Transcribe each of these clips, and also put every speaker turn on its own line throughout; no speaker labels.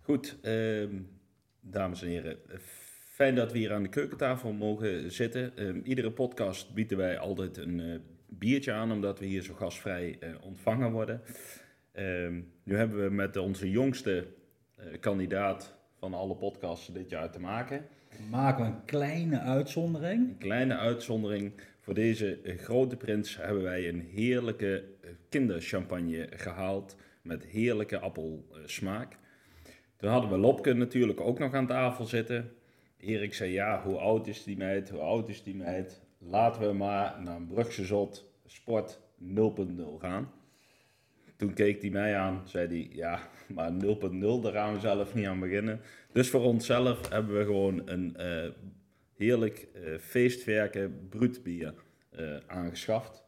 Goed, ehm, dames en heren. Fijn dat we hier aan de keukentafel mogen zitten. Ehm, iedere podcast bieden wij altijd een eh, biertje aan, omdat we hier zo gastvrij eh, ontvangen worden. Ehm, nu hebben we met onze jongste eh, kandidaat van alle podcasts dit jaar te maken.
Maken we een kleine uitzondering.
Een kleine uitzondering. Voor deze eh, grote prins hebben wij een heerlijke eh, kinderchampagne gehaald. Met heerlijke appelsmaak. Toen hadden we Lopke natuurlijk ook nog aan tafel zitten. Erik zei, ja, hoe oud is die meid? Hoe oud is die meid? Laten we maar naar een Brugse Zot Sport 0.0 gaan. Toen keek hij mij aan, zei hij, ja, maar 0.0, daar gaan we zelf niet aan beginnen. Dus voor onszelf hebben we gewoon een eh, heerlijk eh, feestwerken bruutbier eh, aangeschaft.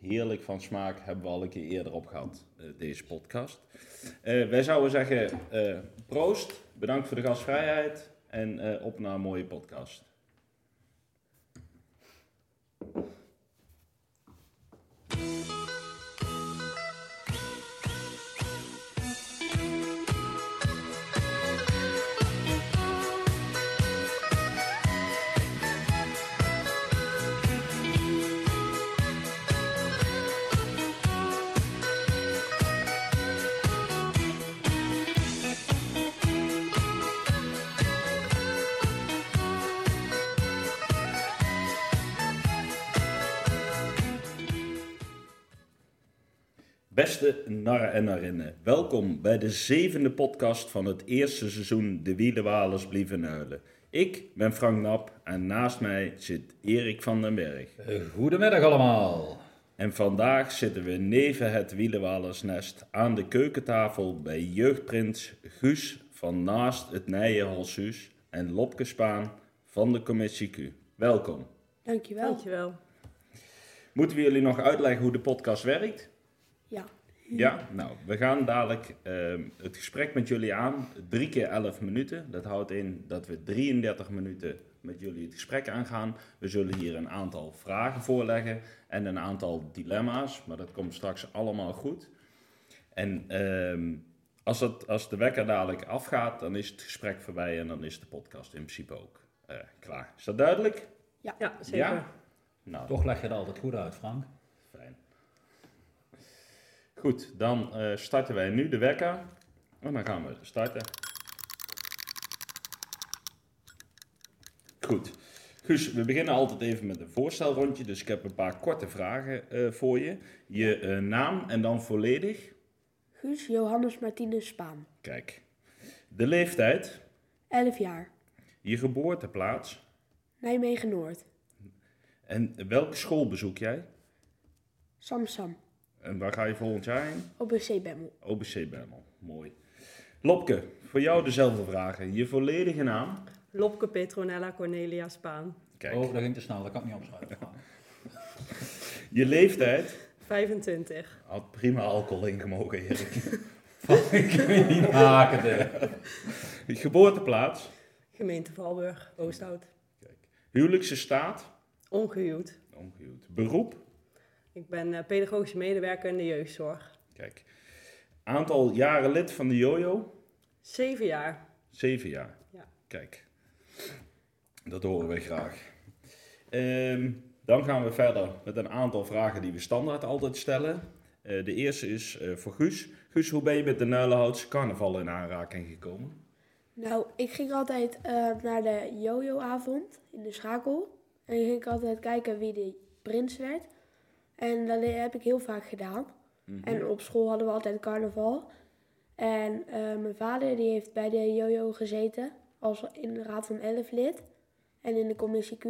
Heerlijk van smaak, hebben we al een keer eerder op gehad, eh, deze podcast. Eh, wij zouden zeggen, eh, proost, bedankt voor de gastvrijheid en eh, op naar een mooie podcast. Beste narren en narinnen, welkom bij de zevende podcast van het eerste seizoen De Wiedewalers Blieven Huilen. Ik ben Frank Nap en naast mij zit Erik van den Berg.
Eh, Goedemiddag allemaal.
En vandaag zitten we neven het wielenwalersnest aan de keukentafel bij jeugdprins Guus van naast het Nijenhalshuis en Lopke Spaan van de commissie Q. Welkom.
Dankjewel.
Dankjewel.
Moeten we jullie nog uitleggen hoe de podcast werkt?
Ja.
Ja, nou, we gaan dadelijk ehm, het gesprek met jullie aan. Drie keer 11 minuten. Dat houdt in dat we 33 minuten met jullie het gesprek aangaan. We zullen hier een aantal vragen voorleggen en een aantal dilemma's. Maar dat komt straks allemaal goed. En ehm, als, dat, als de wekker dadelijk afgaat, dan is het gesprek voorbij en dan is de podcast in principe ook eh, klaar. Is dat duidelijk?
Ja, zeker.
Nou,
Toch leg je het altijd goed uit, Frank.
Fijn. Goed, dan eh, starten wij nu de wekker. En dan gaan we starten. Goed. Guus, we beginnen altijd even met een voorstelrondje. Dus ik heb een paar korte vragen eh, voor je. Je eh, naam en dan volledig.
Guus Johannes Martinez Spaan.
Kijk. De leeftijd.
11 jaar.
Je geboorteplaats.
Nijmegen Noord.
En welke school bezoek jij?
Sam Sam.
En waar ga je volgend jaar heen?
OBC Bemmel.
OBC Bemmel, mooi. Lopke, voor jou dezelfde vragen. Je volledige naam.
Lopke Petronella Cornelia Spaan.
Kijk,
Oh, dat ging te snel, dat kan ik niet opschrijven. Frank.
je leeftijd.
25.
Had prima alcohol ingemogen, Erik.
Frank, ik weet niet maken. dit.
Je Geboorteplaats.
Gemeente Valburg, Oosthout.
Huwelijkse staat.
Ongehuwd.
Ongehuwd. Beroep.
Ik ben eh, pedagogische medewerker in de jeugdzorg.
Kijk. Aantal jaren lid van de Jojo.
Zeven jaar.
Zeven jaar.
Ja.
Kijk. Dat horen we graag. Ehm, dan gaan we verder met een aantal vragen die we standaard altijd stellen. Eh, de eerste is eh, voor Guus. Guus, hoe ben je met de Nuilenhoutse carnaval in aanraking gekomen?
Nou, ik ging altijd eh, naar de jojo-avond in de schakel. En ging ik altijd kijken wie de prins werd. En dat heb ik heel vaak gedaan. En op school hadden we altijd carnaval. En eh, mijn vader die heeft bij de jojo gezeten. Als in de raad van 11 lid. En in de commissie Q.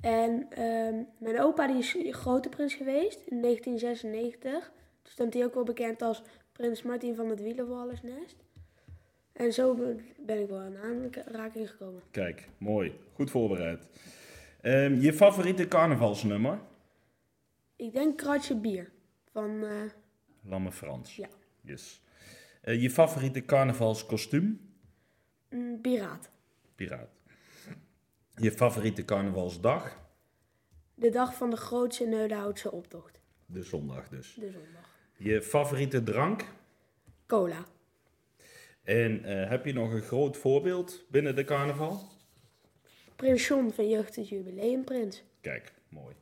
En ehm, mijn opa die is grote prins geweest in 1996. Toen stond hij ook wel bekend als prins Martin van het Wielenwallersnest. En zo ben- ben ik wel in aanraking gekomen.
Kijk, mooi. Goed voorbereid. Ehm, je favoriete carnavalsnummer?
Ik denk kratje bier. Van, eh,
Lamme Frans.
Ja.
Yes. Eh, je favoriete carnavalskostuum?
een piraat.
Piraat. Je favoriete carnavalsdag?
De dag van de grootste Neudenhoutse optocht.
De zondag dus.
De zondag.
Je favoriete drank?
Cola.
Eh, En eh, heb je nog een groot voorbeeld binnen de carnaval?
Prins John van Jeugd het Jubileumprins.
Kijk, mooi.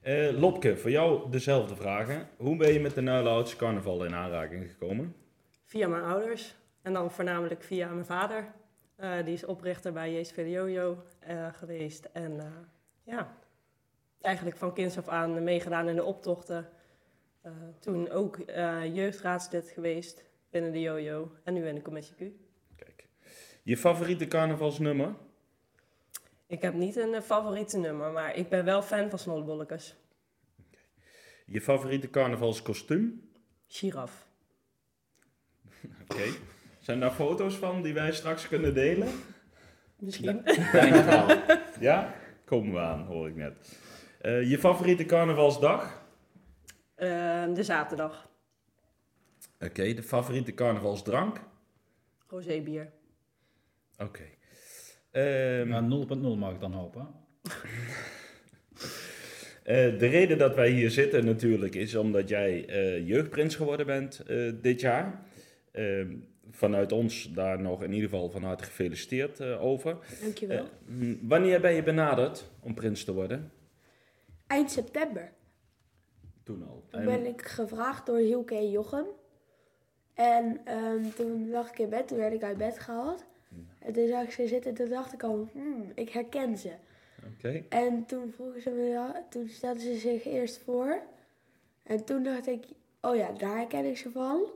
Eh, Lopke, voor jou dezelfde vragen. Hoe ben je met de Nuilhouds carnaval in aanraking gekomen?
Via mijn ouders. En dan voornamelijk via mijn vader. Eh, die is oprichter bij JSV de Jojo eh, geweest. En eh, ja, eigenlijk van kinds af aan meegedaan in de optochten. Eh, toen ook eh, jeugdraadslid geweest binnen de Jojo. En nu in de Commissie Q.
Kijk. Je favoriete carnavalsnummer?
Ik heb niet een eh, favoriete nummer, maar ik ben wel fan van snollebollekes.
Je favoriete carnavalskostuum?
Giraf.
Oké. Zijn daar foto's van die wij straks kunnen delen?
Misschien.
Denk het wel.
Ja? Komen we aan, hoor ik net. Eh, je favoriete carnavalsdag?
Eh, de zaterdag.
Oké, de favoriete carnavalsdrank?
Rosébier.
Oké. Ehm,
Ja, 0.0 mag ik dan hopen.
Eh, de reden dat wij hier zitten natuurlijk is omdat jij eh, jeugdprins geworden bent eh, dit jaar. Ehm, vanuit ons daar nog in ieder geval van harte gefeliciteerd eh, over.
Dankjewel.
Eh, m, wanneer ben je benaderd om prins te worden?
Eind september.
Toen al.
Toen ben ik gevraagd door Hielke en Jochem. En ehm, toen lag ik in bed, toen werd ik uit bed gehaald. En toen zag ik ze zitten, toen dacht ik al, hmm, ik herken ze.
Oké.
En toen vroegen ze me, ja, toen stelden ze zich eerst voor. En toen dacht ik, oh ja, daar herken ik ze van.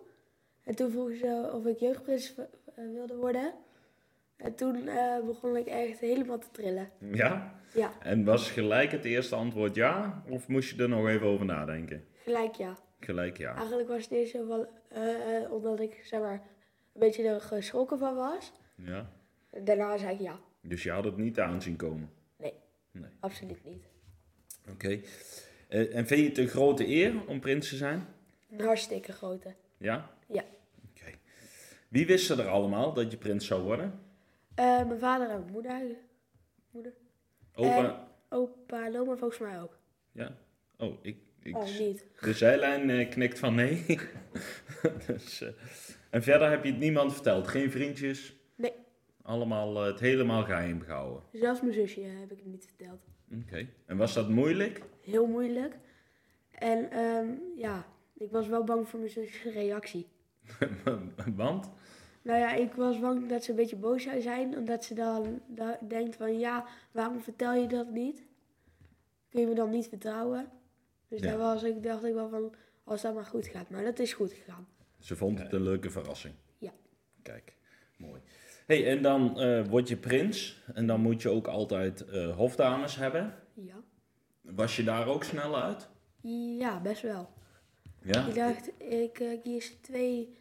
En toen vroegen ze of ik jeugdprins w- eh, wilde worden. En toen eh, begon ik echt helemaal te trillen.
Ja?
Ja,
En was gelijk het eerste antwoord ja? Of moest je er nog even over nadenken?
gelijk ja.
Gelijk ja.
Eigenlijk was het eerst zo van, eh, eh, omdat ik zeg maar een beetje er geschrokken van was.
ja.
Daarna zei ik ja,
Dus je had het niet aanzien komen.
absoluut niet.
Oké. Eh, en vind je het een grote eer om prins te zijn?
Een hartstikke grote.
Ja?
Ja.
Oké. Wie wisten er allemaal dat je prins zou worden?
Eh, mijn vader en mijn moeder, Eh.
Opa?
opa en oma volgens mij ook.
Ja. Oh, ik... ik
Oh, niet.
de zijlijn eh, knikt van nee. dus, eh, en verder heb je het niemand verteld? Geen vriendjes?
Nee.
Allemaal eh, het helemaal geheim gehouden?
Zelfs mijn zusje eh, heb ik het niet verteld.
Oké. En was dat moeilijk?
Heel moeilijk. En ehm, ja, ik was wel bang voor mijn zusjes reactie.
Want?
Nou ja, ik was bang dat ze een beetje boos zou zijn. Omdat ze dan, da- denkt van, ja, waarom vertel je dat niet? Kun je me dan niet vertrouwen? Dus
Ja.
daar was ik, dacht ik wel van, als dat maar goed gaat. Maar dat is goed gegaan.
Ze vond het een leuke verrassing.
Ja.
Kijk, mooi. hey, en dan eh, word je prins. En dan moet je ook altijd eh, hofdames hebben.
Ja.
Was je daar ook snel uit?
Ja, best wel.
Ja.
Ik dacht, ik eh, kies twee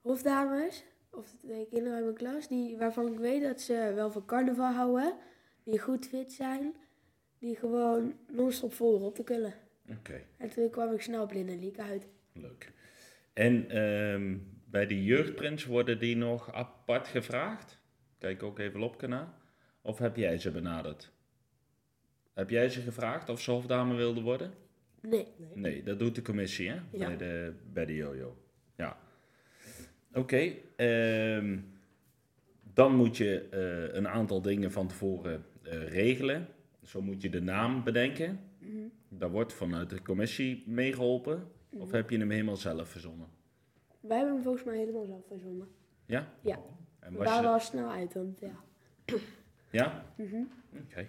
hofdames, of twee kinderen uit mijn klas, die, waarvan ik weet dat ze wel van carnaval houden, die goed fit zijn, die gewoon non-stop vol erop te kunnen.
Oké.
En toen kwam ik snel op Linneliek uit.
Leuk. En ehm, bij de jeugdprins worden die nog apart gevraagd? Kijk ook even op kanaal. Of heb jij ze benaderd? Heb jij ze gevraagd of ze hofdame wilden worden?
Nee,
Nee, dat doet de commissie, hè?
Ja.
Bij, de, bij de jojo. Ja. Oké. ehm, dan moet je eh, een aantal dingen van tevoren eh, regelen. Zo moet je de naam bedenken. Daar wordt vanuit de commissie meegeholpen. Of heb je hem helemaal zelf verzonnen?
wij hebben hem volgens mij helemaal zelf verzonnen.
Ja?
Ja,
En
we
was je-
waren al snel uit, want ja.
Ja? Oké.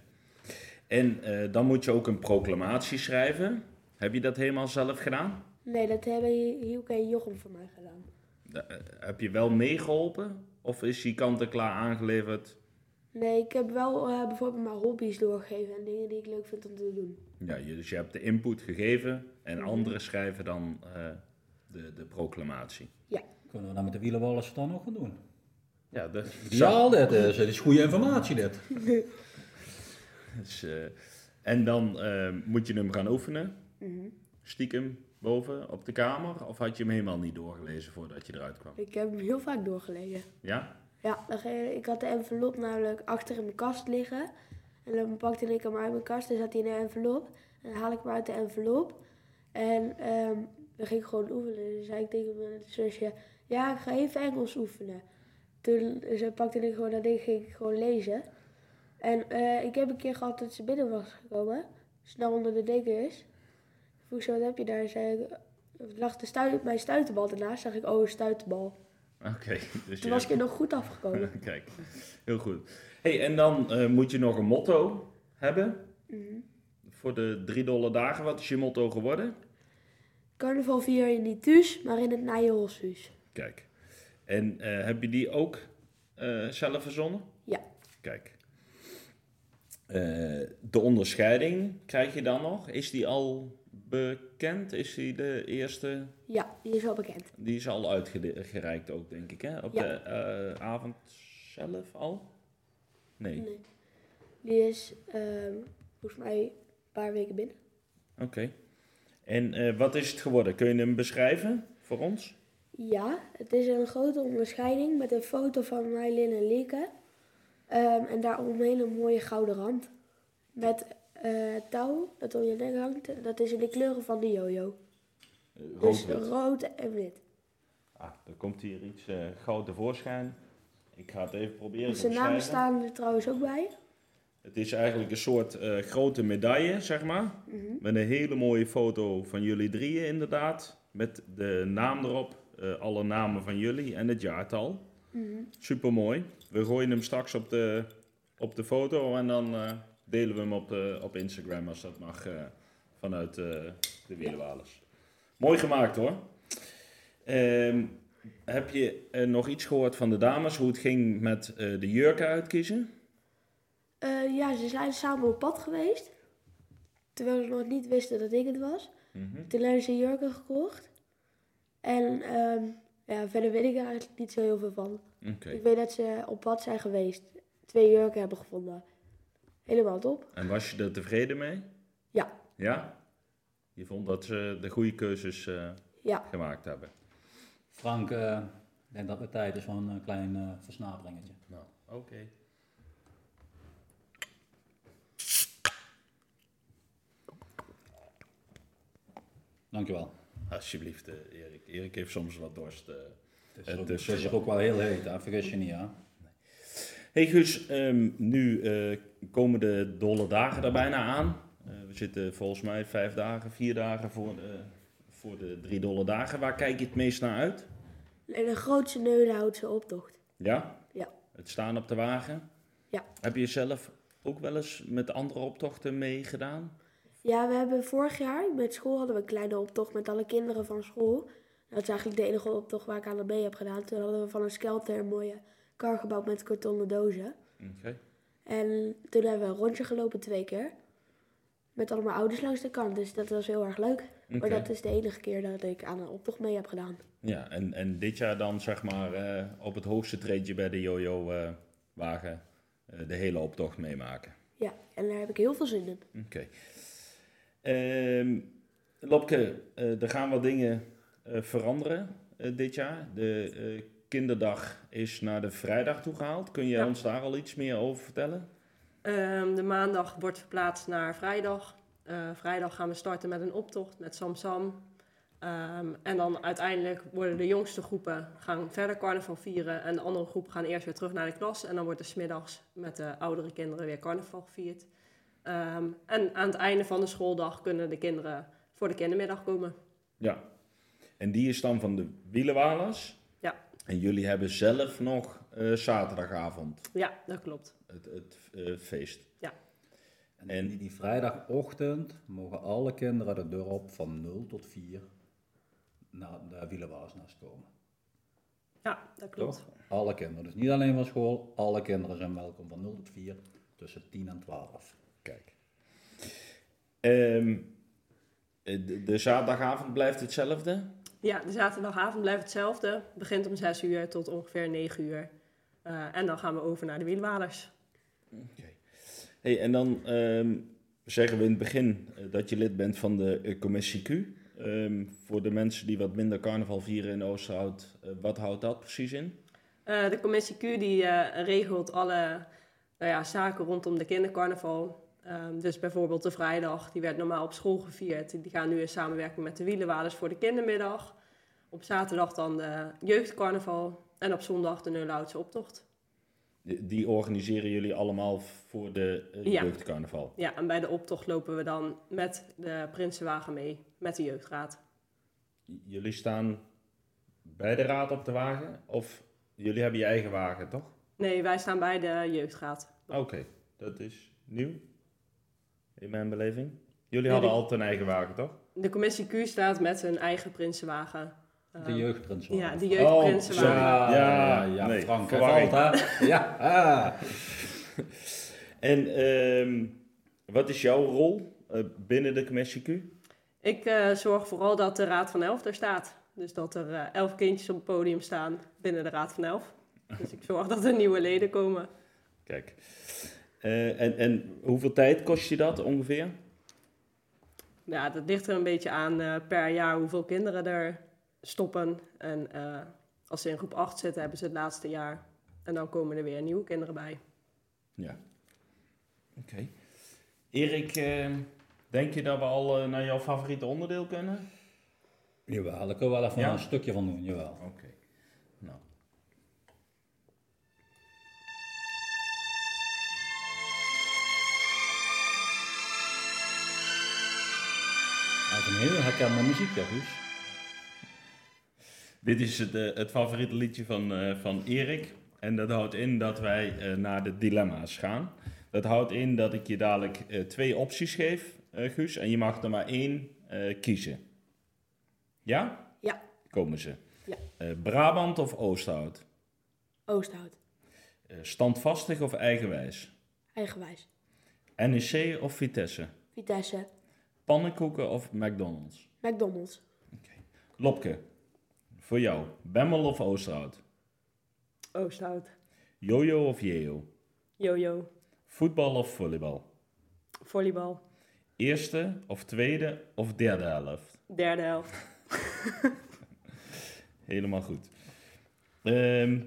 En eh, dan moet je ook een proclamatie schrijven. Heb je dat helemaal zelf gedaan?
Nee, dat hebben Hielke en Jochem voor mij gedaan.
Da- eh, heb je wel meegeholpen? Of is die kant-en-klaar aangeleverd?
Nee, ik heb wel eh, bijvoorbeeld mijn hobby's doorgegeven en dingen die ik leuk vind om te doen.
Ja, je- dus je hebt de input gegeven en
Mhm.
anderen schrijven dan eh, de, de proclamatie.
Kunnen we dat met de wielenwallers dan nog gaan doen?
Ja, dat
Ja, dit is, dit is goede informatie dit.
Dus, eh, en dan eh, moet je hem gaan oefenen.
Mhm.
Stiekem boven op de kamer. Of had je hem helemaal niet doorgelezen voordat je eruit kwam?
Ik heb hem heel vaak doorgelezen.
Ja?
Ja, dan ge- ik had de envelop namelijk achter in mijn kast liggen. En dan pakte ik hem uit mijn kast en zat hij in een envelop. En dan haal ik hem uit de envelop. En ehm dan ging ik gewoon oefenen. Dus zei ik tegen mijn zusje, ja, ik ga even Engels oefenen. Toen ze pakte ik gewoon dat ding, ging ik gewoon lezen. En eh, ik heb een keer gehad dat ze binnen was gekomen, snel onder de deken is. Vroeg ze, wat heb je daar? Zei ik, er lag de stuit, mijn stuitenbal ernaast, zag ik, oh, een stuitenbal.
Oké, dus je
Toen was ik er nog goed afgekomen.
hebt- Kijk, heel goed. hey, en dan eh, moet je nog een motto hebben
Mhm.
voor de drie dolle dagen. Wat is je motto geworden?
Carnaval vier je niet thuis, maar in het Nijenholshuis.
Kijk. En eh, heb je die ook eh, zelf verzonnen?
Ja. Kijk.
Kijk. Eh, de onderscheiding krijg je dan nog? Is die al bekend? Is die de eerste?
Ja, die is wel bekend.
Die is al uitgereikt ook, denk ik, hè? Op
Ja.
de eh, avond zelf al? Nee.
Nee. Die is ehm, volgens mij een paar weken binnen.
Oké. En eh, wat is het geworden? Kun je hem beschrijven voor ons?
Ja, het is een grote onderscheiding met een foto van Mylin en Lieke. Ehm, en daaromheen een mooie gouden rand. Met eh, touw dat om je nek hangt. Dat is in de kleuren van de jojo.
Eh,
Dus
rood-wit.
rood en wit.
Ah, er komt hier iets eh goud tevoorschijn. Ik ga het even proberen te
Zijn Dus namen
beschrijven.
staan er trouwens ook bij.
Het is eigenlijk een soort eh, grote medaille, zeg maar.
Mhm.
Met een hele mooie foto van jullie drieën, inderdaad. Met de naam erop, eh, alle namen van jullie en het jaartal.
Mhm.
Super mooi. We gooien hem straks op de, op de foto en dan eh, delen we hem op, de, op Instagram als dat mag eh, vanuit eh, de Wielenwalers. Mooi gemaakt hoor. Ehm, heb je eh, nog iets gehoord van de dames hoe het ging met eh, de jurken uitkiezen?
Eh, ja, ze zijn samen op pad geweest. Terwijl ze nog niet wisten dat ik het was.
Mhm.
Toen hebben ze jurken gekocht. En ehm, ja, verder weet ik er eigenlijk niet zo heel veel van.
Oké.
Ik weet dat ze op pad zijn geweest. Twee jurken hebben gevonden. Helemaal top.
En was je er tevreden mee?
Ja.
Ja? Je vond dat ze de goede keuzes eh,
Ja.
gemaakt hebben?
Frank, eh, ik denk dat het tijd is voor een eh, klein eh, versnaperingetje.
Nou, oké.
Dankjewel.
Alsjeblieft, eh, Erik. Erik heeft soms wat dorst. eh.
Het is,
Het
ook,
is-
het is er ook wel heel heet, hè? vergis je niet, hè?
Hey Guus, ehm, nu eh, komen de dolle dagen er bijna aan. Eh, we zitten volgens mij vijf dagen, vier dagen voor de, voor de drie dolle dagen. Waar kijk je het meest naar uit?
En de grootste neudenhoutse optocht.
Ja?
Ja.
Het staan op de wagen?
Ja.
Heb je zelf ook wel eens met andere optochten meegedaan?
Ja, we hebben vorig jaar met school hadden we een kleine optocht met alle kinderen van school. Dat is eigenlijk de enige optocht waar ik aan de mee heb gedaan. Toen hadden we van een skelter een mooie kar gebouwd met kartonnen dozen.
Oké.
En toen hebben we een rondje gelopen twee keer. Met allemaal ouders langs de kant. Dus dat was heel erg leuk.
Oké.
Maar dat is de enige keer dat ik aan een optocht mee heb gedaan.
Ja, en, en dit jaar dan zeg maar eh, op het hoogste treedje bij de Jojo-wagen eh, de hele optocht meemaken.
Ja, en daar heb ik heel veel zin in.
Oké. Ehm, Lopke, eh, er gaan wat dingen eh, veranderen eh, dit jaar. De eh, kinderdag is naar de vrijdag toe gehaald. Kun jij
Ja.
ons daar al iets meer over vertellen?
Ehm, de maandag wordt verplaatst naar vrijdag. Eh, vrijdag gaan we starten met een optocht met Sam Sam. Ehm, en dan uiteindelijk worden de jongste groepen gaan verder carnaval vieren. En de andere groep gaan eerst weer terug naar de klas. En dan wordt er 's middags met de oudere kinderen weer carnaval gevierd. Ehm, en aan het einde van de schooldag kunnen de kinderen voor de kindermiddag komen.
Ja. En die is dan van de Wielenwalers.
Ja.
En jullie hebben zelf nog eh, zaterdagavond
Ja, dat klopt.
het, het eh, feest.
En,
En-
die, die vrijdagochtend mogen alle kinderen de dorp van 0 tot 4 naar de wielenwaarsnaars komen.
Ja, dat klopt.
Toch? Alle kinderen. Dus niet alleen van school, alle kinderen zijn welkom van 0 tot 4 tussen 10 en 12.
Kijk. Ehm, eh, de, de zaterdagavond blijft hetzelfde.
Ja, de zaterdagavond blijft hetzelfde. Het begint om 6 uur tot ongeveer 9 uur. Eh, en dan gaan we over naar de wielwaders.
Hey, en dan ehm, zeggen we in het begin eh, dat je lid bent van de eh, commissie Q. Ehm, voor de mensen die wat minder carnaval vieren in Oosterhout, eh, wat houdt dat precies in?
Eh, de commissie Q die, eh, regelt alle nou ja, zaken rondom de kindercarnaval. Ehm, dus bijvoorbeeld de vrijdag, die werd normaal op school gevierd. Die gaan nu in samenwerking met de wielenwaders voor de kindermiddag. Op zaterdag dan de jeugdcarnaval en op zondag de Nulhoutse optocht.
Die, die organiseren jullie allemaal voor de eh,
Ja.
jeugdcarnaval.
Ja, en bij de optocht lopen we dan met de Prinsenwagen mee, met de jeugdraad.
J- Jullie staan bij de raad op de wagen? Of jullie hebben je eigen wagen, toch?
Nee, wij staan bij de jeugdraad.
Oké, dat is nieuw in mijn beleving. Jullie hadden
die-
altijd een eigen wagen, toch?
De commissie Q staat met hun eigen Prinsenwagen.
De
Eh,
jeugdprins.
ja, de
Oh,
jeugdprinsenwagen.
sorry.
Ja,
Ja,
ja, ja,
nee,
Frank, hè,
verwarring.
valt, hè? Ja, ah.
En ehm, wat is jouw rol eh, binnen de commissie Q?
Ik eh, zorg vooral dat de Raad van Elf er staat. Dus dat er eh, elf kindjes op het podium staan binnen de Raad van Elf. Dus ik zorg dat er nieuwe leden komen.
Kijk. Eh, en, en hoeveel tijd kost je dat ongeveer?
Ja, dat ligt er een beetje aan eh, per jaar hoeveel kinderen er stoppen. En eh, als ze in groep 8 zitten, hebben ze het laatste jaar. En dan komen er weer nieuwe kinderen bij.
Ja. Oké. Erik, eh, denk je dat we al eh, naar jouw favoriete onderdeel kunnen?
Jawel, daar kunnen we wel even
Ja?
een stukje van doen, jawel.
Oké. Nou.
Dat is een heel herkenbaar muziekje, Guus.
Dit is het, eh, het favoriete liedje van, eh, van Erik. En dat houdt in dat wij eh, naar de dilemma's gaan. Dat houdt in dat ik je dadelijk eh, twee opties geef, eh, Guus. En je mag er maar één eh, kiezen. Ja?
Ja.
Komen ze.
Ja.
Eh, Brabant of Oosthout?
Oosthout.
Eh, standvastig of eigenwijs?
Eigenwijs.
NEC of Vitesse?
Vitesse.
Pannenkoeken of McDonald's?
McDonald's.
Lopke, voor jou. Bemmel of Oosterhout?
Oosthout,
Jojo of Jeo?
jojo,
Voetbal of volleybal?
volleybal,
Eerste of tweede of derde helft?
derde helft.
Helemaal goed. Ehm,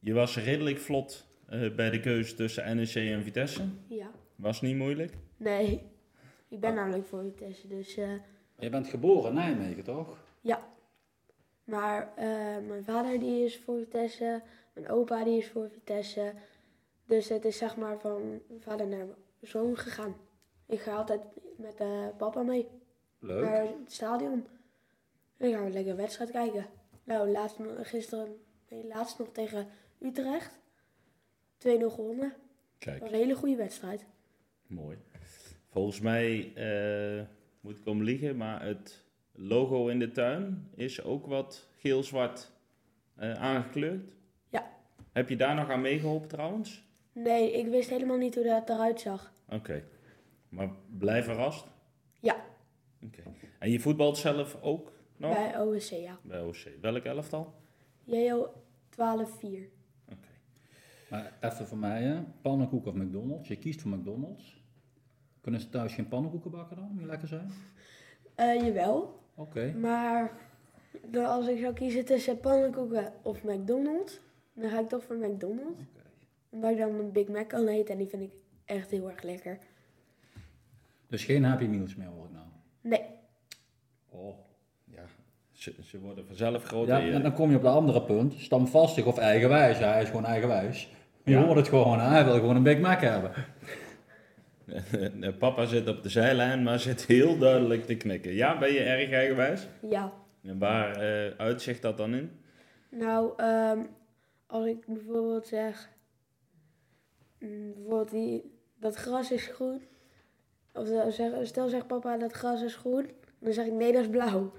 je was redelijk vlot eh, bij de keuze tussen NEC en Vitesse.
Ja.
Was niet moeilijk.
Nee. Ik ben namelijk voor Vitesse, dus... eh,
Je bent geboren in Nijmegen, toch?
Ja. Maar eh, mijn vader die is voor Vitesse, mijn opa die is voor Vitesse. Dus het is zeg maar van vader naar zoon gegaan. Ik ga altijd met eh, papa mee
Leuk.
naar het stadion. En dan gaan we lekker een wedstrijd kijken. Nou, laatst, nog- gisteren, nee, laatst nog tegen Utrecht. 2-0 gewonnen. Dat
Kijk,
was een hele goede wedstrijd.
Oh. mooi. Volgens mij eh, moet ik om liegen, maar het logo in de tuin is ook wat geel-zwart eh, aangekleurd.
Ja.
Heb je daar nog aan meegeholpen trouwens?
Nee, ik wist helemaal niet hoe dat eruit zag.
Oké. Maar blijf verrast?
Ja.
Oké. En je voetbalt zelf ook nog?
Bij OSC, ja.
Bij OC. Welk elftal?
JO 12-4.
Oké.
Maar even voor mij, hè. pannenkoek of McDonald's? Je kiest voor McDonald's. Kunnen ze thuis geen pannenkoeken bakken dan, die lekker zijn?
Eh, jawel,
Oké.
Maar dan als ik zou kiezen tussen pannenkoeken of McDonald's, dan ga ik toch voor McDonald's. Omdat ik dan een Big Mac kan eten en die vind ik echt heel erg lekker.
Dus geen Happy Meals meer hoor ik nou.
Nee,
Oh.
Ja, ze, ze worden vanzelf groter.
Ja, en dan kom je op dat andere punt. Stamvastig of eigenwijs. Ja, hij is gewoon eigenwijs. Je
Ja.
hoort het gewoon, hij wil gewoon een Big Mac hebben.
Eh, Papa zit op de zijlijn, maar zit heel duidelijk te knikken. Ja, ben je erg eigenwijs?
ja.
En waar eh uitzicht dat dan in?
Nou, ehm, als ik bijvoorbeeld zeg, mm, bijvoorbeeld die, dat gras is groen. Of dan zeg, stel zegt papa dat gras is groen, dan zeg ik nee dat is blauw.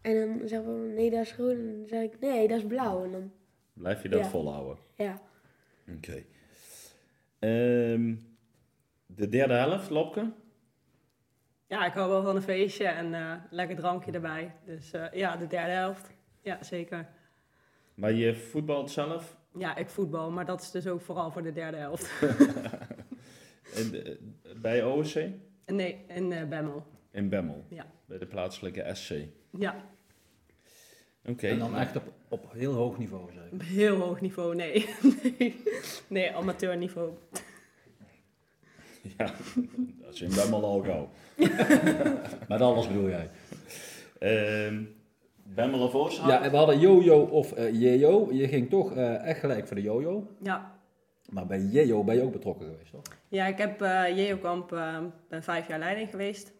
En dan zegt papa nee dat is groen en dan zeg ik nee dat is blauw. En dan,
Blijf je dat
Ja.
volhouden?
ja.
Oké. Ehm, de derde helft, Lopke?
Ja, ik hou wel van een feestje en eh, lekker drankje erbij. Dus eh, ja, de derde helft. Ja, zeker.
Maar je voetbalt zelf?
Ja, ik voetbal, maar dat is dus ook vooral voor de derde helft.
En, eh, bij OSC?
Nee, in eh, Bemmel.
In Bemmel?
Ja.
Bij de plaatselijke SC? Oké.
Ja,
En dan echt op, op heel hoog niveau zeker.
op heel hoog niveau, nee. nee. Nee, amateurniveau.
Ja, dat is in Bemmel al gauw.
Met alles bedoel jij.
Ehm, Bemmelen Voorshout?
Ja, en we hadden Jojo of eh Jejo. Je ging toch eh, echt gelijk voor de Jojo.
Ja,
Maar bij Jejo ben je ook betrokken geweest, toch?
ja ik heb eh Jeokamp, eh, ben vijf jaar leiding geweest.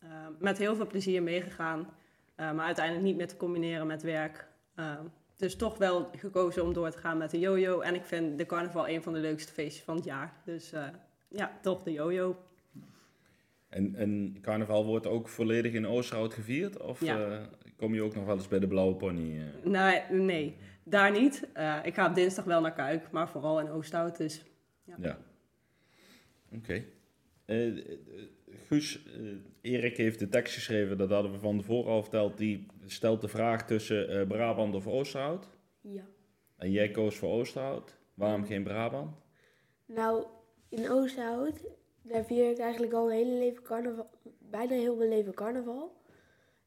Eh, met heel veel plezier meegegaan, eh, maar uiteindelijk niet meer te combineren met werk. Eh, dus toch wel gekozen om door te gaan met de jojo. En ik vind de carnaval een van de leukste feestjes van het jaar. Dus eh, ja, toch de jojo.
En, en carnaval wordt ook volledig in Oosterhout gevierd? Of
Ja.
eh, kom je ook nog wel eens bij de Blauwe Pony? eh?
Nee, nee daar niet. Eh, ik ga op dinsdag wel naar Kuik, maar vooral in Oosthout. Dus
Ja. Oké. Eh, eh, Guus, eh, Erik heeft de tekst geschreven, dat hadden we van tevoren al verteld. Die stelt de vraag tussen eh, Brabant of Oosterhout.
Ja.
En jij koos voor Oosterhout. Waarom geen Brabant?
Nou, in Oosterhout, daar vier ik eigenlijk al mijn hele leven carnaval, bijna heel mijn leven carnaval.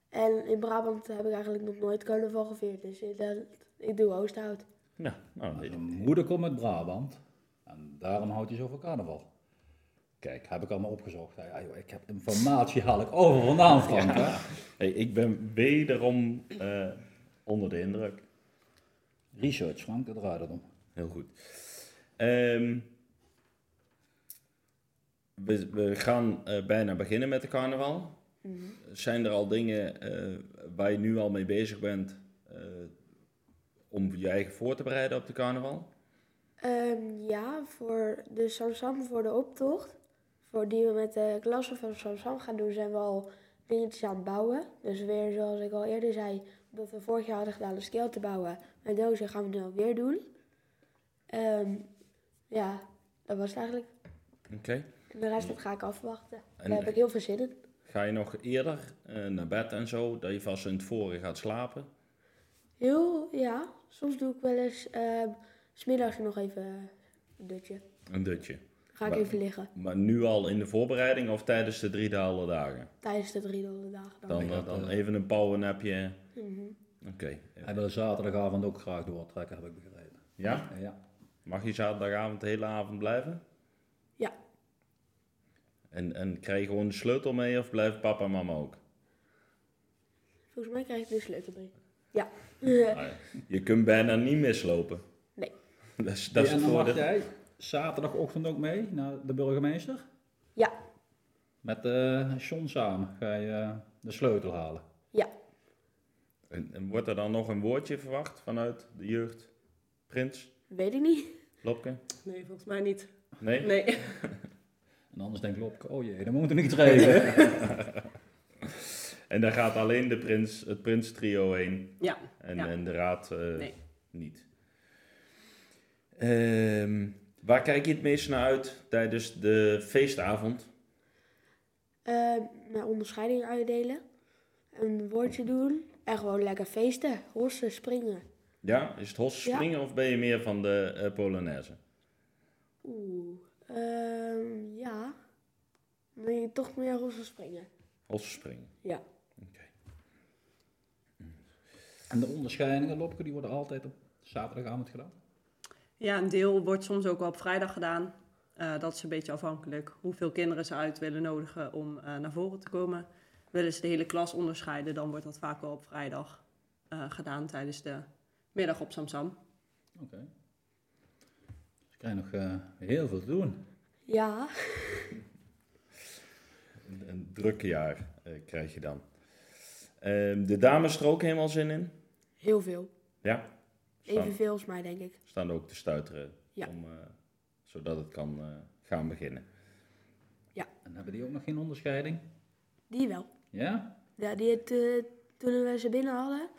En in Brabant heb ik eigenlijk nog nooit carnaval gevierd, dus ik- dat, ik doe Oosterhout.
Nou, nou
Mijn
dit-
moeder komt uit Brabant. En daarom houdt hij zoveel carnaval. Kijk, heb ik allemaal opgezocht. Ja, joh, ik heb informatie haal ik over vandaan, Frank. hè.
hey, ik ben wederom eh, onder de indruk.
Research, Frank, dat draait het om.
Heel goed. Ehm, we, we gaan eh, bijna beginnen met de carnaval. Zijn er al dingen eh, waar je nu al mee bezig bent eh, om je eigen voor te bereiden op de carnaval?
Ehm, ja, voor de Samsam, voor de optocht, voor die we met de klasse van Samsam gaan doen, zijn we al dingetjes aan het bouwen. Dus weer zoals ik al eerder zei, dat we vorig jaar hadden gedaan een scale te bouwen. Met dozen gaan we nu alweer doen. Ehm, ja, dat was het eigenlijk.
Oké.
En de rest dat ga ik afwachten.
En-
Daar heb ik heel veel zin in.
Ga je nog eerder eh, naar bed en zo, dat je vast in het voren gaat slapen?
Heel, ja. Soms doe ik wel eens ehm, 's smiddags nog even een dutje.
Een dutje.
Dan ga ik
Maar-
even liggen
Maar nu al in de voorbereiding of tijdens de drie dagen?
tijdens de drie dolle dagen. Dan.
Dan,
ik
eh,
had,
dan
eh,
even een powernapje.
Mhm.
Oké.
Hij wil zaterdagavond ook graag doortrekken, heb ik begrepen.
Ja?
Ja.
Mag je zaterdagavond de hele avond blijven?
Ja.
En, en krijg je gewoon de sleutel mee of blijven papa en mama ook?
Volgens mij krijg ik de sleutel mee. Ja.
Nou ja, Je kunt bijna niet mislopen.
Nee.
Dat is, dat is
en
het
dan mag
voordeel.
jij zaterdagochtend ook mee naar de burgemeester?
Ja.
Met eh John samen ga je eh, de sleutel halen.
En, en wordt er dan nog een woordje verwacht vanuit de jeugd? Prins?
Weet ik niet.
Lopke?
nee, volgens mij niet.
Nee?
Nee.
En anders denkt Lopke, oh jee, dan moet er niet reden.
En daar gaat alleen de prins, het prins trio heen.
Ja,
En,
ja.
en de raad eh,
Nee.
niet. Ehm, waar kijk je het meest naar uit tijdens de feestavond?
Eh, mijn onderscheiding uitdelen. Een woordje doen. En gewoon lekker feesten. Hossen, springen.
Ja, is het hos
Ja.
springen of ben je meer van de eh, Polonaise?
Oeh. ehm, ja. Dan je toch meer hossen springen.
Hos springen.
Ja.
en de onderscheidingen, Lopke, die worden altijd op zaterdagavond gedaan.
Ja, een deel wordt soms ook wel op vrijdag gedaan. Eh, dat is een beetje afhankelijk hoeveel kinderen ze uit willen nodigen om eh, naar voren te komen. Willen ze de hele klas onderscheiden, dan wordt dat vaak wel op vrijdag eh, gedaan tijdens de middag op Samsam.
Oké. Dus ik krijg nog eh, heel veel te doen.
Ja.
Een, een drukke jaar eh, krijg je dan. Ehm, de dames er ook helemaal zin in.
Heel veel.
Ja. Staan,
Evenveel als mij, denk ik.
staan ook te stuiteren.
Ja.
Om, eh, zodat het kan eh, gaan beginnen.
En hebben die ook nog geen onderscheiding?
Die wel.
Ja?
Ja, die, het, eh, toen we ze binnen hadden,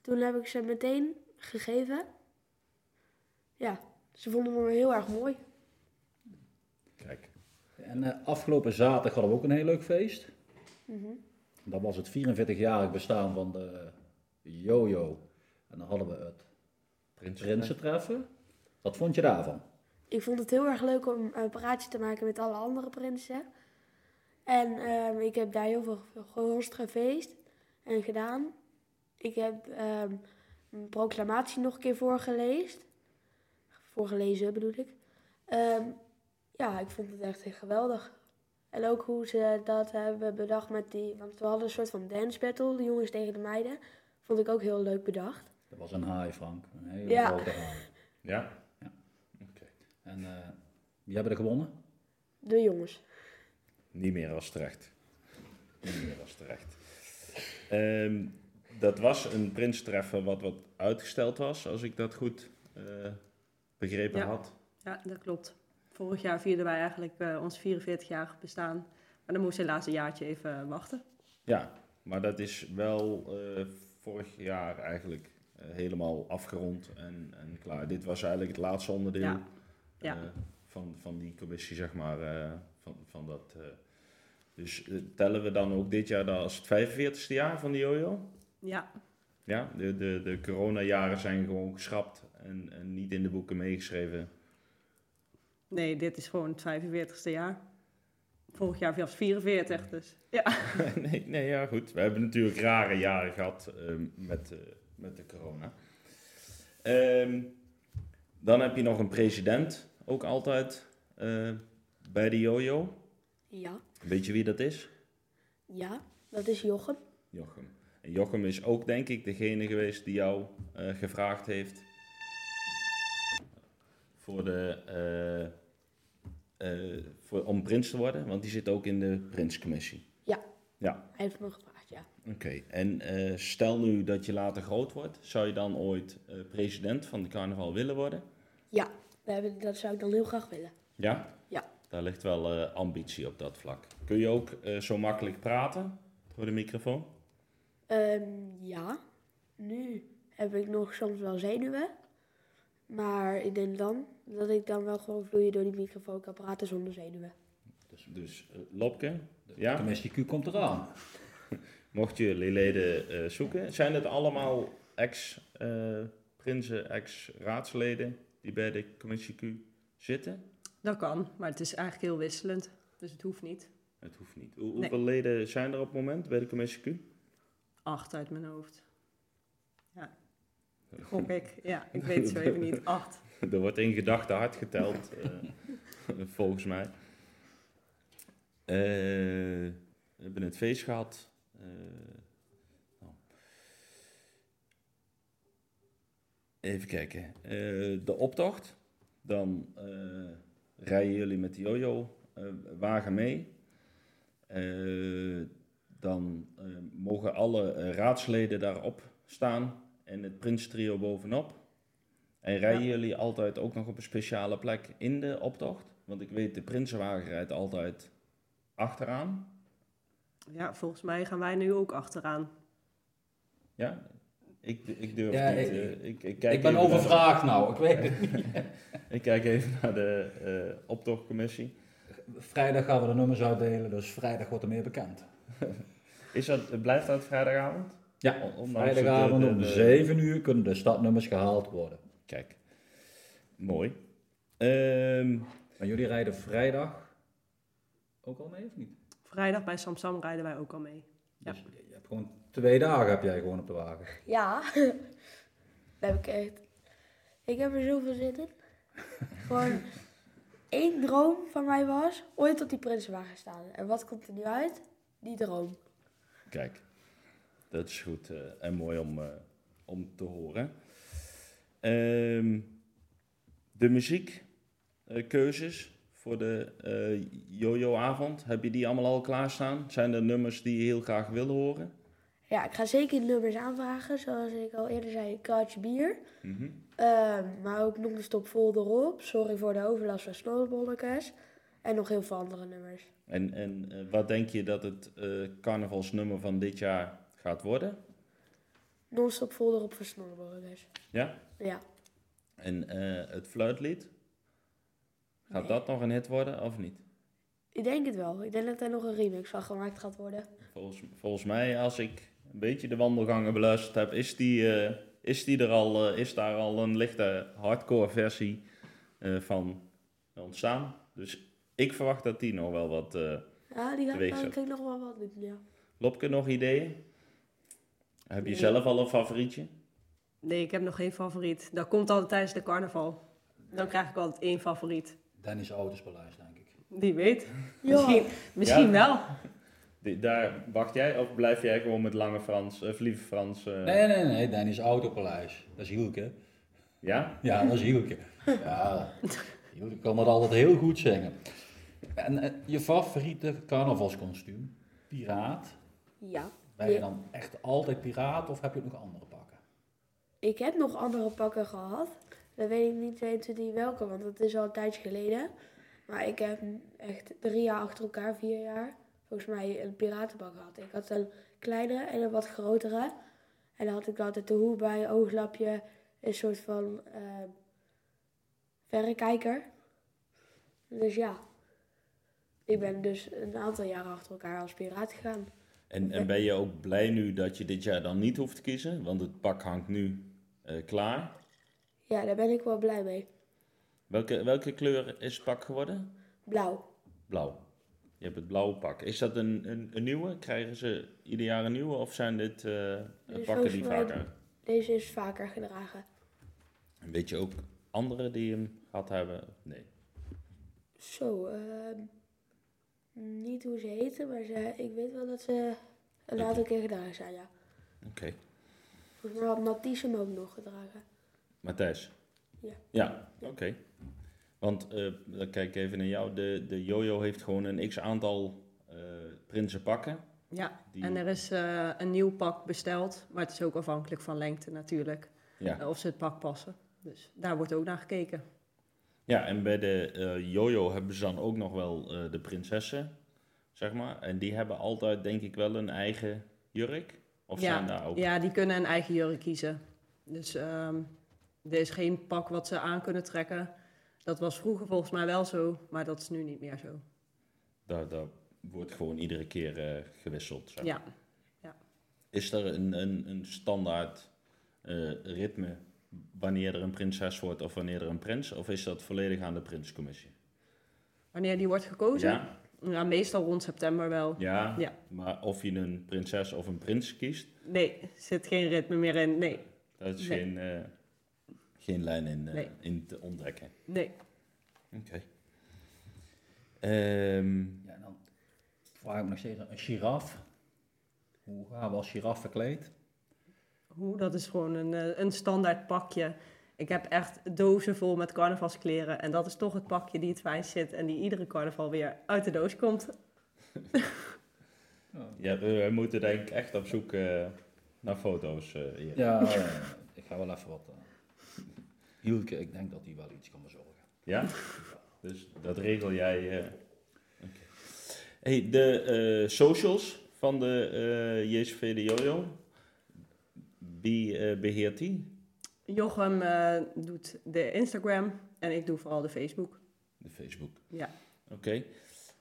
toen heb ik ze meteen gegeven. Ja, ze vonden me heel erg mooi.
Kijk.
En eh, afgelopen zaterdag hadden we ook een heel leuk feest.
Mhm.
Dat was het 44-jarig bestaan van de eh, Jojo. En dan hadden we het
Prins.
Prinsentreffen. Wat vond je daarvan?
Ik vond het heel erg leuk om een praatje te maken met alle andere prinsen. En ehm, ik heb daar heel veel ge- gehost, gefeest en gedaan. Ik heb ehm, een proclamatie nog een keer voorgelezen. Voorgelezen bedoel ik. Ehm, ja, ik vond het echt heel geweldig. En ook hoe ze dat hebben bedacht met die... Want we hadden een soort van dance battle, de jongens tegen de meiden. Vond ik ook heel leuk bedacht.
Dat was een haai, Frank. Een hele
Ja.
grote haai.
Ja?
En eh, wie hebben er gewonnen?
De jongens.
Niet meer als terecht. Niet meer als terecht. Ehm, dat was een prinstreffen wat wat uitgesteld was, als ik dat goed eh, begrepen
Ja.
had.
Ja, dat klopt. Vorig jaar vierden wij eigenlijk eh, ons 44-jarig bestaan. Maar dan moest helaas een jaartje even eh, wachten.
Ja, maar dat is wel eh, vorig jaar eigenlijk eh, helemaal afgerond en, en klaar. Dit was eigenlijk het laatste onderdeel
Ja. Ja.
eh, van, van die commissie, zeg maar. eh, van, van dat, eh. Dus eh, tellen we dan ook dit jaar dan als het 45ste jaar van de Jojo?
Ja,
Ja, de, de, de coronajaren zijn gewoon geschrapt en, en niet in de boeken meegeschreven.
nee, dit is gewoon het 45ste jaar. Vorig jaar was 44, dus ja.
nee, nee, ja, goed. We hebben natuurlijk rare jaren gehad ehm, met, eh, met de corona. Ehm, dan heb je nog een president, ook altijd eh, bij de Jojo.
Ja.
Weet je wie dat is?
Ja, dat is Jochem.
Jochem. En Jochem is ook, denk ik, degene geweest die jou eh, gevraagd heeft voor de, eh, eh, voor, om prins te worden, want die zit ook in de prinscommissie.
Ja.
Ja,
Hij heeft me gevraagd, ja.
Oké, en eh, stel nu dat je later groot wordt, zou je dan ooit eh, president van de carnaval willen worden?
Ja, we hebben, dat zou ik dan heel graag willen.
Ja?
Ja.
Daar ligt wel eh, ambitie op dat vlak. Kun je ook eh, zo makkelijk praten door de microfoon?
Ehm, ja, nu heb ik nog soms wel zenuwen. Maar ik denk dan dat ik dan wel gewoon vloeien door die microfoon kan praten zonder zenuwen.
Dus eh, Lopke,
De
ja?
commissie Q komt eraan.
mocht jullie leden eh, zoeken, zijn het allemaal eh, ex-prinsen, ex-raadsleden die bij de commissie Q zitten?
Dat kan, maar het is eigenlijk heel wisselend. Dus het hoeft niet.
Het hoeft niet. Hoe- hoeveel leden zijn er op het moment bij de commissie Q?
Acht uit mijn hoofd. Ja. Gok ik. Ja, ik weet het zo even niet. Acht.
Er wordt in gedachten hard geteld, eh, volgens mij. Eh, we hebben het feest gehad. Eh, nou. Even kijken. Eh, de optocht. Dan eh, rijden jullie met de jojo eh, wagen mee. Eh, dan eh, mogen alle eh, raadsleden daarop staan en het prins trio bovenop. En rijden
Ja.
jullie altijd ook nog op een speciale plek in de optocht? Want ik weet, de prinsenwagen rijdt altijd achteraan.
Ja, volgens mij gaan wij nu ook achteraan.
Ja? Ik, ik durf
Ja,
niet.
ik-
eh, ik, ik, kijk
ik ben
even naar-
overvraagd nou, ik weet het niet.
ik kijk even naar de eh, optochtcommissie.
Vrijdag gaan we de nummers uitdelen, dus vrijdag wordt er meer bekend.
Is dat, blijft dat vrijdagavond?
Ja,
O- ondanks het, eh,
vrijdagavond
de-
om
de-
7 uur kunnen de stadnummers gehaald worden.
Kijk, mooi. Ehm,
En jullie rijden vrijdag ook al mee of niet?
Vrijdag bij Samsam rijden wij ook al mee. Ja.
Dus je hebt gewoon twee dagen heb jij gewoon op de wagen.
Ja, dat heb ik echt. Ik heb er zoveel zin in. Gewoon één droom van mij was ooit op die prinsenwagen staan. En wat komt er nu uit? Die droom.
Kijk, dat is goed eh, en mooi om, eh, om te horen. Ehm, de muziekkeuzes voor de eh, Jojo-avond, heb je die allemaal al klaarstaan? Zijn er nummers die je heel graag wil horen?
Ja, ik ga zeker nummers aanvragen. Zoals ik al eerder zei, een kaartje bier. Ehm, maar ook non-stop vol erop. Sorry voor de overlast van snowbollekes. En nog heel veel andere nummers.
En, en eh, wat denk je dat het eh, carnavalsnummer van dit jaar gaat worden?
Non-stop vol erop van snowbollekes.
Ja?
Ja.
En eh, het fluitlied, gaat
Nee.
dat nog een hit worden of niet?
Ik denk het wel. Ik denk dat er nog een remix van gemaakt gaat worden.
Volgens, volgens mij, als ik een beetje de wandelgangen beluisterd heb, is, die, eh, is, die er al, eh, is daar al een lichte hardcore versie eh, van ontstaan. Dus ik verwacht dat die nog wel wat. eh
Ja, die gaat
Teweeg
daar
zet.
kan ik nog wel wat doen, ja.
Lopke, nog ideeën? Heb je
Nee.
zelf al een favorietje?
Nee, ik heb nog geen favoriet. Dat komt altijd tijdens de carnaval. Dan krijg ik altijd één favoriet.
Dennis Autospaleis, denk ik.
Die weet.
Ja,
Misschien,
Ja.
misschien wel.
Die- daar wacht jij of blijf jij gewoon met lange Frans, of lieve Frans? eh,
Nee, nee, nee, Danny is Autopaleis. Dat is Hielke.
Ja?
Ja, dat is Hielke. Ja, Hielke kan dat altijd heel goed zingen. En eh, je favoriete carnavalskostuum? Piraat?
Ja.
Ben je
Ja.
dan echt altijd piraat of heb je ook nog andere pakken?
Ik heb nog andere pakken gehad. Dat weet ik niet 22 welke, want dat is al een tijdje geleden. Maar ik heb echt drie jaar achter elkaar, vier jaar, volgens mij een piratenpak gehad. Ik had een kleinere en een wat grotere. En dan had ik altijd de hoed bij, een ooglapje, een soort van eh, verrekijker. Dus ja, ik ben dus een aantal jaren achter elkaar als piraat gegaan.
En, en ben je ook blij nu dat je dit jaar dan niet hoeft te kiezen? Want het pak hangt nu eh, klaar.
Ja, daar ben ik wel blij mee.
Welke, welke kleur is het pak geworden?
Blauw.
Blauw. Je hebt het blauwe pak. Is dat een, een, een nieuwe? Krijgen ze ieder jaar een nieuwe? Of zijn dit eh,
Dus
pakken die
volgens mij-
vaker?
Deze is vaker gedragen.
En Weet je ook anderen die hem gehad hebben? Nee.
Zo, ehm, niet hoe ze heten, maar ze, ik weet wel dat ze een
Ik-
aantal keer gedragen zijn, ja.
Oké.
Volgens mij had Matisse hem ook nog gedragen.
Matthijs?
Ja.
Ja, oké. Want, eh, dan kijk ik even naar jou. De, de Jojo heeft gewoon een x-aantal eh, prinsen pakken.
Ja,
Die-
en er is eh, een nieuw pak besteld, maar het is ook afhankelijk van lengte natuurlijk.
Ja.
Eh, Of ze het pak passen. Dus daar wordt ook naar gekeken.
Ja, en bij de eh, Jojo hebben ze dan ook nog wel eh, de prinsessen, zeg maar. En die hebben altijd, denk ik, wel een eigen jurk. Of
Ja,
zijn daar ook...
Ja, die kunnen een eigen jurk kiezen. Dus ehm, er is geen pak wat ze aan kunnen trekken. Dat was vroeger volgens mij wel zo, maar dat is nu niet meer zo.
Daar, daar wordt gewoon iedere keer eh, gewisseld, zeg
Ja.
Is er een, een, een standaard eh, ritme wanneer er een prinses wordt of wanneer er een prins? Of is dat volledig aan de prinscommissie?
Wanneer die wordt gekozen?
Ja,
Ja, meestal rond september wel.
ja,
Oh, Ja.
maar of je een prinses of een prins kiest,
Nee, zit geen ritme meer in. Nee,
daar is
Nee.
geen, eh, geen lijn in, eh,
Nee.
in te ontdekken.
nee.
Oké. Ehm,
Ja, en dan vraag ik me nog steeds een giraf. Hoe gaan we als giraf verkleed?
Hoe? Dat is gewoon een, eh, een standaard pakje. Ik heb echt dozen vol met carnavalskleren. En dat is toch het pakje die het fijn zit en die iedere carnaval weer uit de doos komt.
ja, we, we moeten denk ik echt op zoek eh, naar foto's eh, hier. Ja?
Ja, eh, ik ga wel even wat. eh, Hielke, ik denk dat hij wel iets kan bezorgen.
Dus dat regel jij. eh. Oké. Hey, de eh, socials van de eh JCV de Jojo. Wie eh, beheert die?
Jochem eh, doet de Instagram en ik doe vooral de Facebook.
De Facebook.
Ja.
Oké.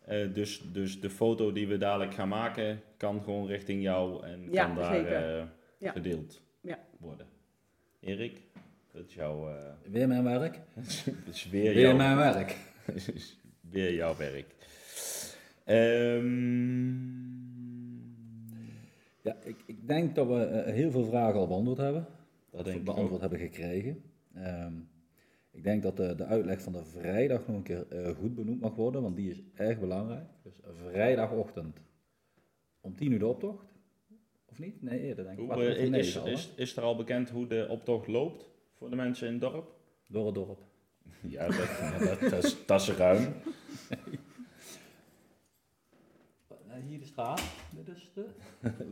Eh, dus, dus de foto die we dadelijk gaan maken, kan gewoon richting jou en
Ja,
kan daar
zeker.
eh,
Ja.
gedeeld
Ja.
worden. Erik, dat is jouw... eh,
Weer mijn werk?
Dat is weer,
Weer
jouw,
mijn werk.
is weer jouw werk. Ehm,
Ja, ik, ik denk dat we eh, heel veel vragen al beantwoord hebben.
dat denk ik
beantwoord
ook.
hebben gekregen. Ehm, ik denk dat de, de uitleg van de vrijdag nog een keer eh, goed benoemd mag worden, want die is erg belangrijk. Dus vrijdagochtend om 10 uur de optocht. Of niet? Nee, eerder denk ik.
Hoe,
Kwart over
eh,
negen
is,
al, hè?
is, is er al bekend hoe de optocht loopt voor de mensen in het dorp?
Door het dorp.
Ja, dat, dat, dat, is, dat is ruim.
Eh, Hier de straat. Dit is de...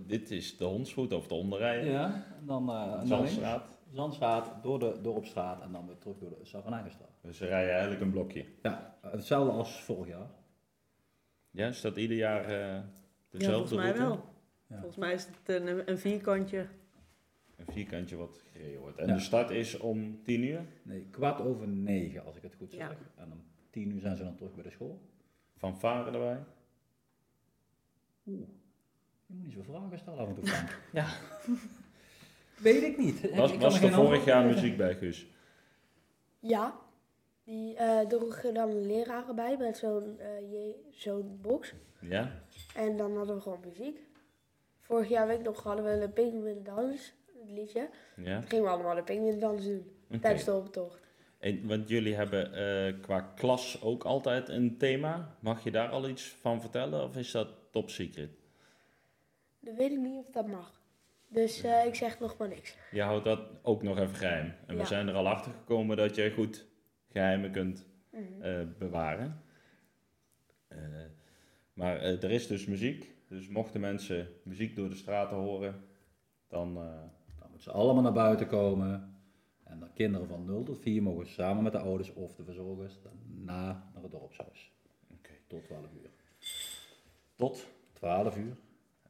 Dit is de hondsvoet of de onderrijden.
Ja, en dan eh naar links.
Zandstraat.
Zandstraat, door de dorpstraat en dan weer terug door de Savanagenstraat.
Dus ze rijden eigenlijk een blokje.
Ja, eh, hetzelfde als vorig jaar.
Ja, is dat ieder jaar eh,
Ja, volgens
dezelfde
mij
route?
wel.
Ja.
Volgens mij is het een, een vierkantje.
Een vierkantje wat gereden wordt. En
Ja.
de start is om tien uur
Nee, kwart over negen als ik het goed zeg.
Ja.
En om tien uur zijn ze dan terug bij de school.
van Varen erbij.
Oeh, je moet niet zo vragen stellen af en toe. Frank.
Ja.
Weet ik niet. Ik-
Was,
ik kan
was
geen
er vorig
antwoord
jaar
op
muziek bij, Guus?
Ja, die eh droegen dan leraren bij met zo'n eh, je- zo'n box.
Ja?
En dan hadden we gewoon muziek. Vorig jaar week nog hadden we de Penguin Dans, het liedje.
Ja?
Gingen we allemaal de Penguin Dans doen
Oké.
tijdens de optocht.
En, want jullie hebben eh, qua klas ook altijd een thema. Mag je daar al iets van vertellen of is dat top secret?
Dan weet ik niet of dat mag. Dus eh, ik zeg nog maar niks.
Je houdt dat ook nog even geheim. En we
Ja.
zijn er al achter gekomen dat jij goed geheimen kunt
Mhm.
eh, bewaren. Eh, maar eh, er is dus muziek. Dus mochten mensen muziek door de straten horen, dan. eh,
Dan moeten ze allemaal naar buiten komen. En dan kinderen van 0 tot 4 mogen samen met de ouders of de verzorgers daarna naar het dorpshuis.
Oké.
Tot 12 uur.
tot.
12 uur.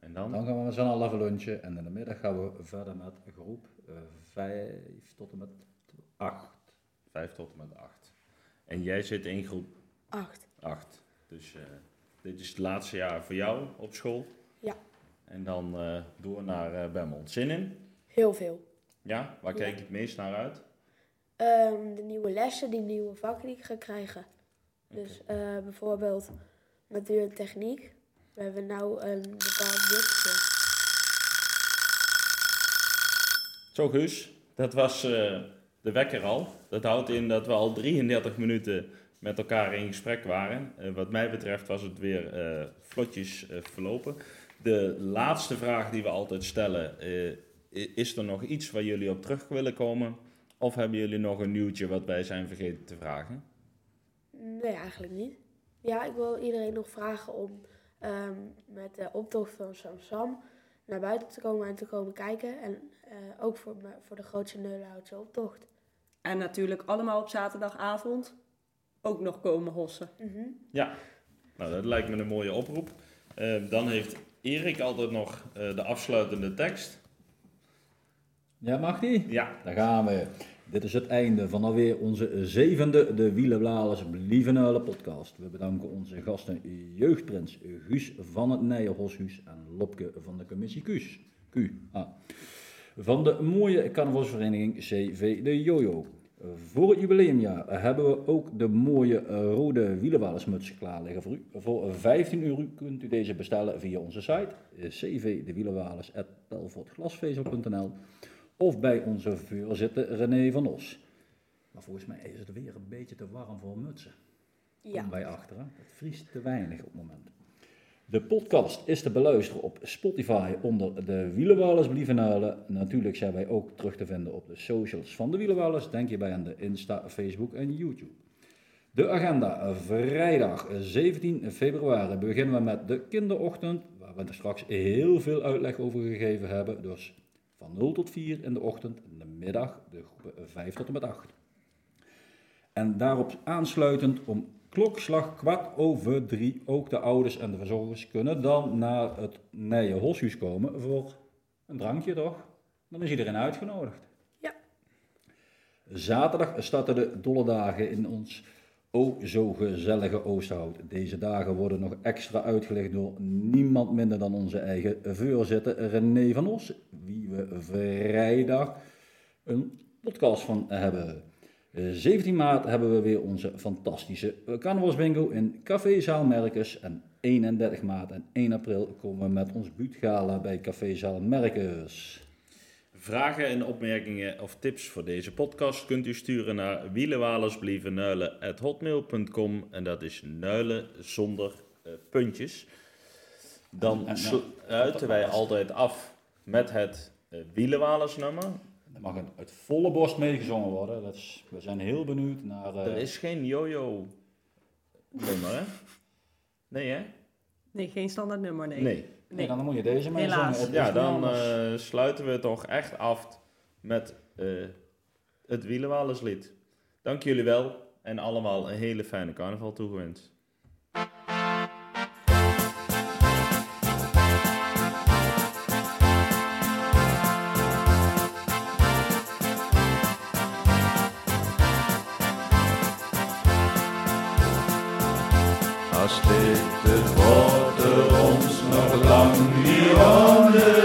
En dan?
Dan gaan we met z'n allen even lunchen. En in de middag gaan we verder met groep 5 tot en met 8.
Vijf tot en met acht. En jij zit in groep
Acht.
acht. Dus eh, dit is het laatste jaar voor jou op school.
Ja.
En dan eh, door naar eh Bemmel. Zin in?
Heel veel.
Ja? Waar
Ja.
kijk je het meest naar uit?
Ehm, de nieuwe lessen, die nieuwe vakken die ik ga krijgen. Dus eh, bijvoorbeeld natuur en techniek. We hebben nou een bepaald jukje.
Zo, Guus, dat was eh, de wekker al. Dat houdt in dat we al 33 minuten met elkaar in gesprek waren. Eh, wat mij betreft was het weer eh, vlotjes eh, verlopen. De laatste vraag die we altijd stellen: eh, i- is er nog iets waar jullie op terug willen komen? Of hebben jullie nog een nieuwtje wat wij zijn vergeten te vragen?
Nee, eigenlijk niet. Ja, ik wil iedereen nog vragen om ehm, met de optocht van Samsam naar buiten te komen en te komen kijken. En eh, ook voor, me- voor de grootste Neulenhoutse optocht.
En natuurlijk allemaal op zaterdagavond ook nog komen hossen.
Mhm.
Nou, dat lijkt me een mooie oproep. Eh, dan heeft Erik altijd nog eh, de afsluitende tekst.
Ja, mag die?
Ja,
Daar gaan we. Dit is het einde van alweer onze zevende De Wielenblalers Blievenuilen podcast. We bedanken onze gasten Jeugdprins Guus van het Nijenhoshuis en Lopke van de commissie Q's. Q. Ah. Van de mooie carnavalsvereniging CV de Jojo. Voor het jubileumjaar hebben we ook de mooie eh, rode wielenwalersmuts klaar liggen voor u. Voor 15 euro kunt u deze bestellen via onze site cvdewielenwalers.telfortglasvezel.nl of bij onze voorzitter René van Os. Maar volgens mij is het weer een beetje te warm voor mutsen.
Ja.
Kom bij achteren. Het vriest te weinig op het moment. De podcast is te beluisteren op Spotify onder de Wielenwalers Blievenhalen. Natuurlijk zijn wij ook terug te vinden op de socials van de Wielenwalers. Denk hierbij aan de Insta, Facebook en YouTube. De agenda. Vrijdag 17 februari beginnen we met de kinderochtend, waar we er straks heel veel uitleg over gegeven hebben. Dus van 0 tot 4 in de ochtend, in de middag de groepen 5 tot en met 8. En daarop aansluitend om klokslag kwart over drie ook de ouders en de verzorgers kunnen dan naar het Nije Hoshuis komen voor een drankje toch? Dan is iedereen uitgenodigd.
Ja.
Zaterdag starten de dolle dagen in ons o zo gezellige Oosterhout. Deze dagen worden nog extra uitgelegd door niemand minder dan onze eigen voorzitter René van Os, wie we vrijdag een podcast van hebben. Eh, 17 maart hebben we weer onze fantastische eh, carnavalsbingo in Café Zaal Merkers. En 31 maart en 1 april komen we met ons buutgala bij Café Zaal Merkers.
Vragen en opmerkingen of tips voor deze podcast kunt u sturen naar wielenwalersblievennuilen.hotmail.com en dat is nuilen zonder eh, puntjes. Dan
En-
sluiten wij altijd af met het eh, wielenwalersnummer.
Er mag een uit volle borst meegezongen worden. Dat is, we zijn heel benieuwd naar... eh,
Er is geen jojo nummer, hè? Nee, hè?
Nee, geen standaard nummer, nee.
nee,
nee.
dan moet je deze meezongen.
Helaas.
Het is
Ja,
niet
dan
anders.
eh, sluiten we toch echt af met eh, het wielenwalerslied. Dank jullie wel en allemaal een hele fijne carnaval toegewenst.
Als dit het wordt er ons nog lang niet onder.